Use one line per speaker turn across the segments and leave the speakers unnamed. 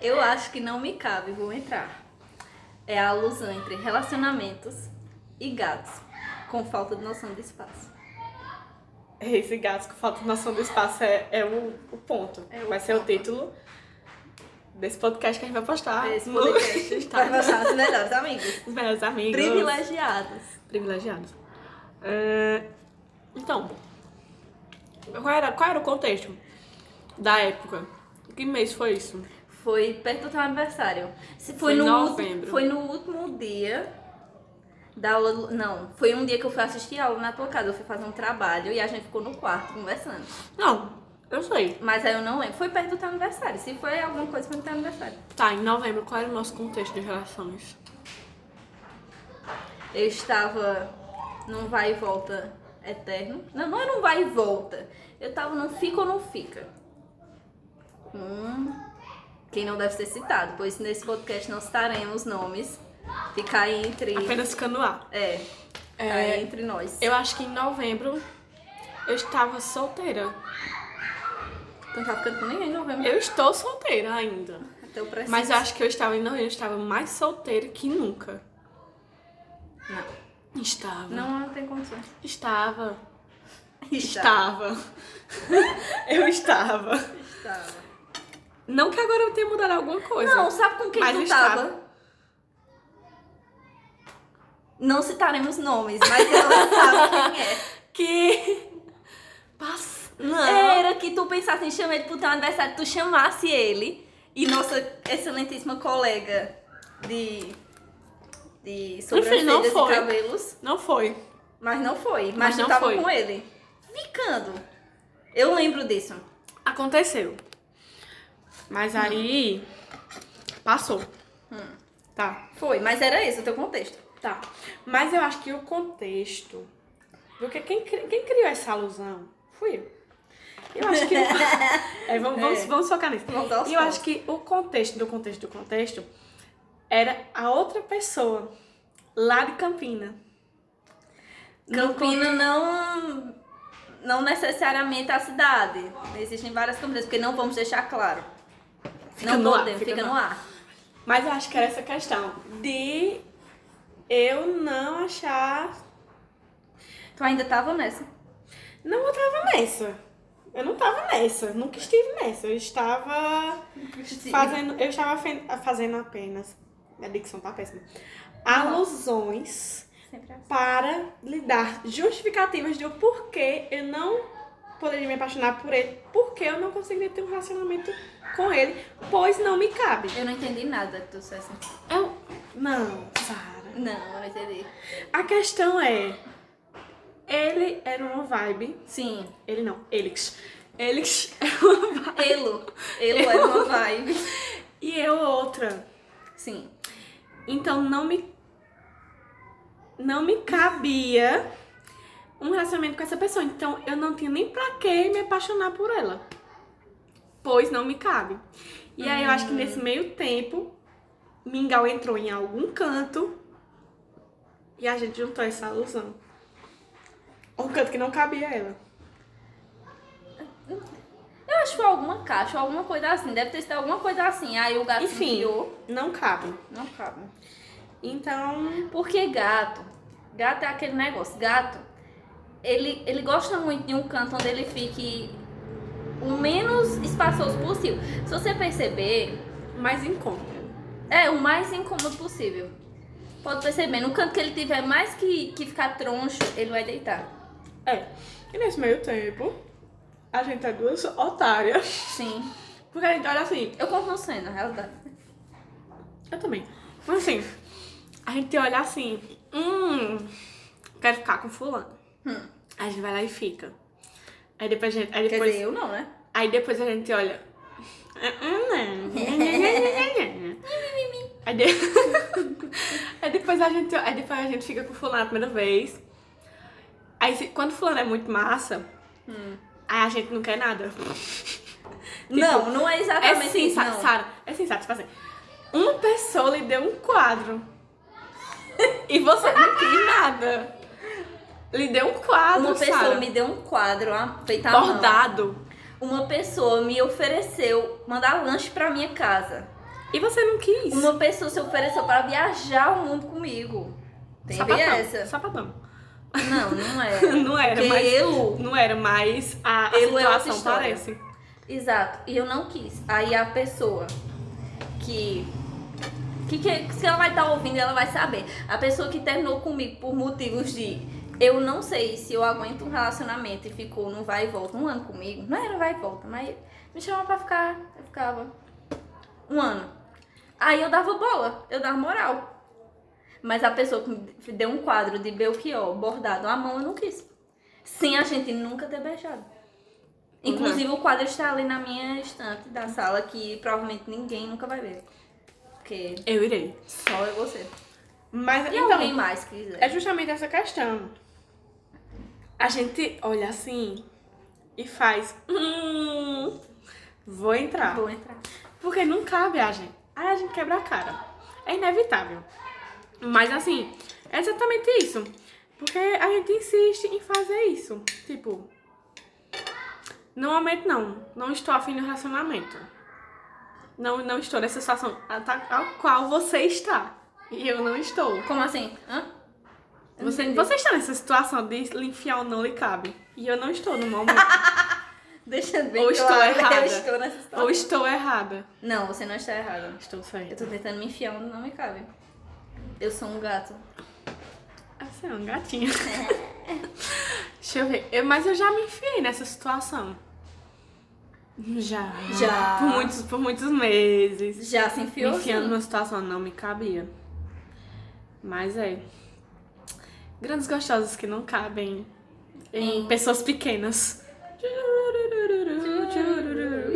Eu acho que não me cabe, vou entrar. É a alusão entre relacionamentos e gatos, com falta de noção de espaço.
Reis e gatos É com falta de noção do espaço é, é o, o ponto.
É o
vai ser o
ponto.
título desse podcast que a gente vai postar.
É Esse
no-
podcast está nos nossos melhores Ah, amigos.
Os melhores amigos.
Privilegiados.
Privilegiados. É, então, qual era, qual era o contexto da época? Que mês foi isso?
Foi perto do teu aniversário. Se foi,
Foi
no
novembro.
ulti- foi no último dia da aula. do- Não, foi um dia que eu fui assistir aula na tua casa. Eu fui fazer um trabalho e a gente ficou no quarto conversando.
Não, eu sei.
Mas aí eu não lembro. Foi perto do teu aniversário. Se foi alguma coisa, foi no teu aniversário.
Tá, em novembro, qual era o nosso contexto de relações?
Eu estava num vai e volta eterno. Não, não era um vai e volta. Eu tava num fica ou não fica. Hum. Quem não deve ser citado, pois nesse podcast não citaremos nomes. Fica aí entre.
Apenas ficando lá.
É.
É,
Aí é entre nós.
Eu acho que em novembro eu estava solteira.
Tu não tá ficando com ninguém em novembro.
Eu estou solteira ainda.
Até o presente.
Mas eu acho que eu estava em novembro, eu estava mais solteira que nunca. Estava.
Não, não tem condições.
Estava.
Está.
Estava. eu estava.
Estava.
Não que agora eu tenha mudado alguma coisa.
Não, sabe com quem
é. Mas
tu
estava.
tava? Não citaremos nomes, mas ela sabe quem é.
Que. Passa. Não.
Era que tu pensasse em chamar ele pro teu aniversário, tu chamasse ele e nossa excelentíssima colega de. de
não
sobrancelhas e
foi.
cabelos.
Não foi.
Mas não foi, mas,
Mas
tu
não
tava
foi.
com ele. Ficando. Eu lembro disso.
Aconteceu. Mas
Hum.
aí. Passou. Tá.
Foi, mas era esse o teu contexto.
Tá. Mas eu acho que o contexto. Porque quem, cri- quem criou essa alusão fui eu. Eu acho que. É, vamos, vamos,
É.
vamos focar nisso.
Vamos dar os
E eu
pontos.
acho que o contexto do contexto do contexto era a outra pessoa lá de Campina. No
Campina não. Não necessariamente a cidade. Existem várias campinas, porque não vamos deixar claro.
Fica
não
no ar,
podemos,
fica
fica,
no
no ar.
Mas eu acho que era essa questão de eu não achar.
Tu ainda tava nessa.
Não, eu tava nessa. Eu não tava nessa. Nunca estive nessa. Eu estava fazendo. Eu estava fe- fazendo apenas. Minha dicção tá péssima. Alusões
Sempre assim.
para lhe dar justificativas do porquê eu não poderia me apaixonar por ele, porque eu não conseguiria ter um relacionamento com ele, pois não me cabe.
Eu não entendi nada que tu dissesse.
Eu. Não, Sara.
Não, eu não entendi.
A questão é. Ele era uma vibe.
Sim.
Ele não, Elix. Elix era uma vibe.
Elo. Elo é uma vibe.
E eu outra.
Sim.
Então não me. Não me cabia um relacionamento com essa pessoa. Então eu não tinha nem pra que me apaixonar por ela. Pois não me cabe. E aí eu acho que nesse meio tempo, Mingau entrou em algum canto e a gente juntou essa alusão. Um canto que não cabia a ela.
Eu acho que foi alguma caixa, ou alguma coisa assim. Deve ter sido alguma coisa assim. Aí o gato
Enfim.
enfiou.
Não cabe.
Não cabe.
Então.
Porque gato, gato é aquele negócio, gato, ele, ele gosta muito de um canto onde ele fique o menos espaçoso possível. Se você perceber,
Mas encontra.
é o mais incômodo possível. Pode perceber, no canto que ele tiver mais que, que ficar troncho, ele vai deitar.
É. E nesse meio tempo, a gente é duas otárias.
Sim.
Porque a gente olha assim,
Eu confundo sendo, na realidade.
eu também. Mas assim, a gente olha assim, hum, quero ficar com fulano.
Hum.
Aí a gente vai lá e fica. Aí depois a gente. Aí
Quer
depois,
dizer, eu não, né?
aí depois a gente olha. "Ah, ah, não." aí, de... aí depois a gente. Aí depois a gente fica com fulano a primeira vez. Aí se- quando fulano é muito massa,
Hum.
aí a gente não quer nada.
não, não é
Tipo, É
exatamente
sim,
isso,
Sa-
não.
Sara, é sim, Sara, tipo assim. Uma pessoa lhe deu um quadro. e você não quis nada. Lhe deu um quadro,
Uma pessoa
Sara.
me deu um quadro ah, feito à mão.
bordado.
Uma pessoa me ofereceu mandar lanche pra minha casa.
E você não quis.
Uma pessoa se ofereceu pra viajar o mundo comigo. Teve
Sapatão.
essa?
Sapatão.
Não, não é.
Não era,
Porque
mas.
eu.
Não era, mas a, a
Eu é outra
situação
história.
parece.
Exato. E eu não quis. Aí a pessoa que. Que, que se ela vai estar ouvindo, ela vai saber. A pessoa que terminou comigo por motivos de eu não sei se eu aguento um relacionamento e ficou no vai e volta um ano comigo. Não era vai e volta, mas me chamava pra ficar. Eu ficava um ano. Aí eu dava bola, eu dava moral. Mas a pessoa que me deu um quadro de Belchior bordado à mão, eu não quis. Sem a gente nunca ter beijado. Inclusive, o quadro está ali na minha estante da sala, que provavelmente ninguém nunca vai ver. Porque
Eu irei.
só é você.
Mas
E
então,
alguém mais que quiser.
é justamente essa questão. A gente olha assim e faz. Hum, vou entrar.
tipo, Vou entrar.
Porque não cabe a gente. Aí a gente quebra a cara. É inevitável. Mas assim, é exatamente isso. Porque a gente insiste em fazer isso. Tipo, no momento não. Não estou afim do relacionamento. Não, não estou nessa situação a ta- ao qual você está. E eu não estou.
Como assim? Hã? Eu não
Você,
entendi.
você está nessa situação de lhe enfiar ou não lhe cabe. E eu não estou no momento.
Deixando bem
Ou estou
claro,
errada.
eu estou nessa história.
ou estou errada.
Não, você não está errada.
Estou
Eu
certa.
tô tentando me enfiar onde não me cabe. Eu sou um gato.
Você é um gatinho. Deixa eu ver. Eu- mas eu já me enfiei nessa situação. Já.
Já.
Por muitos, por muitos meses.
Já se
Me
enfiou?
enfiando
sim?
numa situação não me cabia. Mas é. Grandes gostosos que não cabem em
Em-
pessoas pequenas.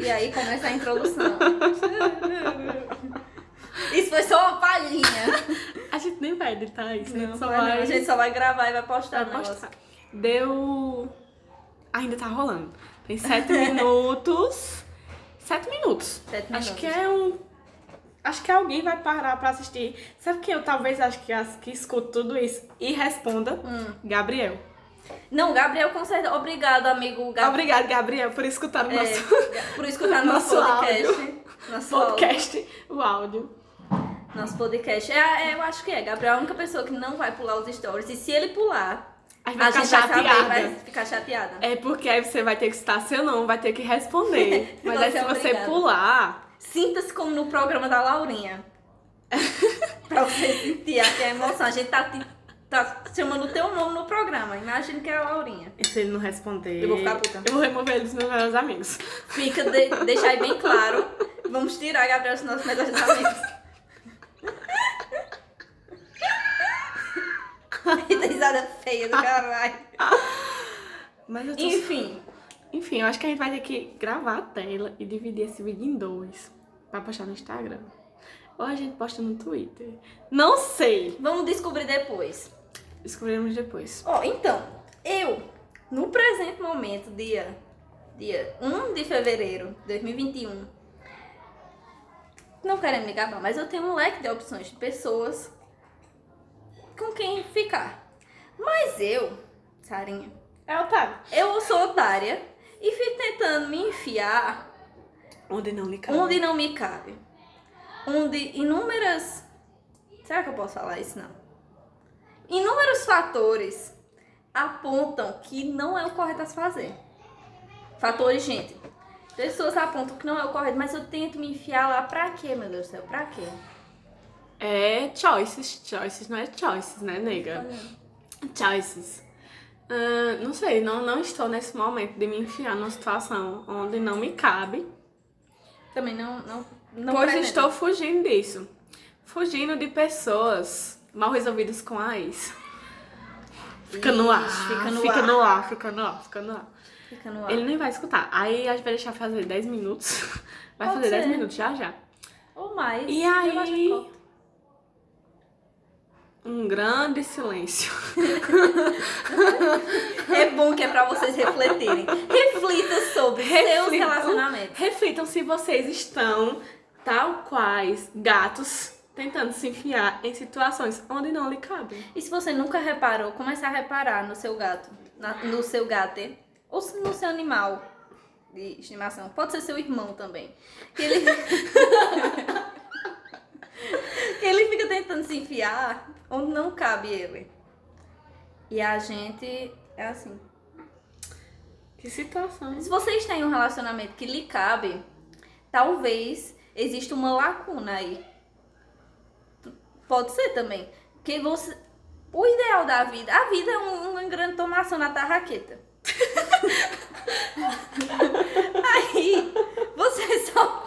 E aí começa a introdução. Isso foi só uma palhinha.
A gente nem vai editar isso, né? Só
Vai não,
vai.
A gente só vai gravar e vai postar.
Vai
o negócio.
postar. Tá, Deu. Ainda tá rolando. Tem sete minutos. Sete minutos.
Sete minutos.
Acho que é um. Acho que alguém vai parar pra assistir. Sabe quem eu talvez acho que, as que escuto tudo isso e responda?
Hum.
Gabriel.
Não, Gabriel, com certeza. é. Obrigado, amigo Gabriel.
Obrigada, Gabriel, por escutar o nosso
É, por escutar nosso,
Nosso
podcast. Nosso
podcast, o áudio.
áudio. Nosso podcast. É, é, eu acho que é. Gabriel é a única pessoa que não vai pular os stories. E se ele pular,
A gente
a
vai
gente
ficar
vai saber
chateada.
e vai ficar chateada.
É porque aí você vai ter que citar seu nome, vai ter que responder. Mas aí
Você
se
é
você
obrigada.
pular,
Sinta-se como no programa da Laurinha. pra você sentir aqui a emoção. A gente tá, te- tá chamando o teu nome no programa. Imagina que é a Laurinha.
e se ele não responder,
Eu vou ficar puta.
eu vou remover ele dos meus melhores amigos.
Fica, de, deixar aí bem claro. Vamos tirar Gabriel dos nossos melhores amigos. Ai, tá risada feia do caralho.
Mas eu tô...
Enfim,
Enfim, eu acho que a gente vai ter que gravar a tela e dividir esse vídeo em dois. Pra postar no Instagram. Ou a gente posta no Twitter. Não sei.
vamos descobrir depois.
Descobriremos depois.
Ó, então, eu, no presente momento, dia, dia 1 de fevereiro de 2021, não quero me gabar, mas eu tenho um leque de opções de pessoas com quem ficar. Mas eu, Sarinha,
É otário.
Eu sou otária e fico tentando me enfiar
Onde não lhe cabe.
onde não me cabe. Onde inúmeras. Será que eu posso falar isso? Não. Inúmeros fatores apontam que não é o correto a se fazer. Fatores, gente. Pessoas apontam que não é o correto, mas eu tento me enfiar lá pra quê, meu Deus do céu? Pra quê?
É choices. Choices não é choices, né, nega? Choices. Ahn, não sei, não, não estou nesse momento de me enfiar numa situação onde não me cabe.
Também não. não, não
pois
pretendo.
estou fugindo disso. Fugindo de pessoas mal resolvidas com a ex. Fica no ar,
Ixi,
fica no, ar. no ar, fica no ar, fica no ar.
Fica no ar.
Ele nem vai escutar. Aí a gente vai deixar fazer 10 minutos. Vai
Pode
fazer 10
ser.
minutos já já.
Ou mais.
E
eu acho que
aí?
corta.
Um grande silêncio.
É bom que é pra vocês refletirem. Reflita sobre seus
Reflitam.
relacionamentos.
Reflitam se vocês estão tal quais gatos tentando se enfiar em situações onde não lhe cabem.
E se você nunca reparou, comece a reparar no seu gato, na- no seu gato, ou se no seu animal de estimação. Pode ser seu irmão também. Que ele... se enfiar onde não cabe ele. E a gente é assim.
Que situação.
Se vocês têm um relacionamento que lhe cabe, talvez exista uma lacuna aí. Pode ser também. Que você. O ideal da vida. A vida é um- uma grande tomação na tarraqueta. aí você só.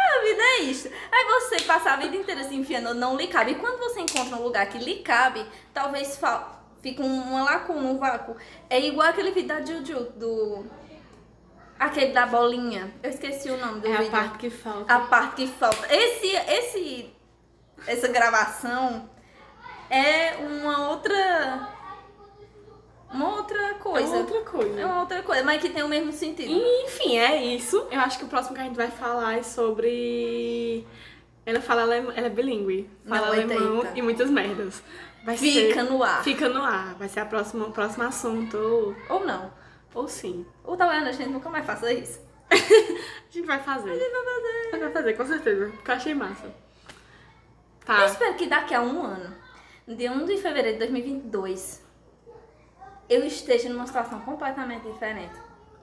A vida é isso. Aí você passa a vida inteira se enfiando onde não lhe cabe. E quando você encontra um lugar que lhe cabe, talvez fal... fique um- uma lacuna, um vácuo. É igual aquele vídeo da Juju, do. Aquele da bolinha. Eu esqueci o nome do
É a
vídeo.
parte que falta.
A parte que falta. Esse, esse, essa gravação é uma outra, uma outra coisa.
É outra coisa.
É uma outra coisa, mas que tem o mesmo sentido.
Enfim, é isso. Eu acho que o próximo que a gente vai falar é sobre. Ela fala alem... ela é bilíngue. Fala
Não, eita,
alemão
eita.
e muitas merdas. Vai
Fica
ser...
no ar.
Fica no ar. Vai ser a próxima, o próximo assunto. Ou...
Ou não.
ou sim.
Ou talvez a gente nunca mais faça isso.
A gente vai fazer. A gente vai fazer. A gente vai fazer, com certeza. Porque eu achei massa. Tá.
Eu espero que daqui a um ano, de 1 de fevereiro de 2022, eu esteja numa situação completamente diferente.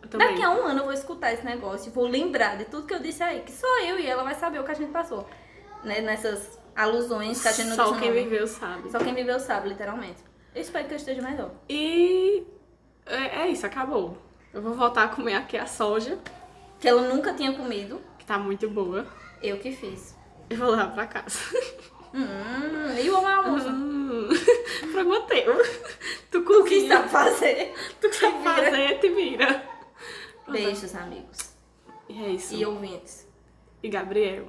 Eu também.
Daqui a um ano eu vou escutar esse negócio, e vou lembrar de tudo que eu disse aí, que só eu e ela vai saber o que a gente passou. né, Nessas alusões que a gente não
Só
disse
quem
nome.
viveu sabe.
Só quem viveu sabe, literalmente. Eu espero que eu esteja melhor.
E é, é isso, acabou. Eu vou voltar a comer aqui a soja,
Que ela nunca tinha comido,
que tá muito boa.
eu que fiz.
Eu vou levar pra casa.
Hum, e o meu almoço?
Hum, pra manter. Tu
O que
cozinha,
sabe fazer?
tu que sabe
vira.
fazer, te vira.
Beijos, amigos.
E é isso.
E ouvintes.
E Gabriel.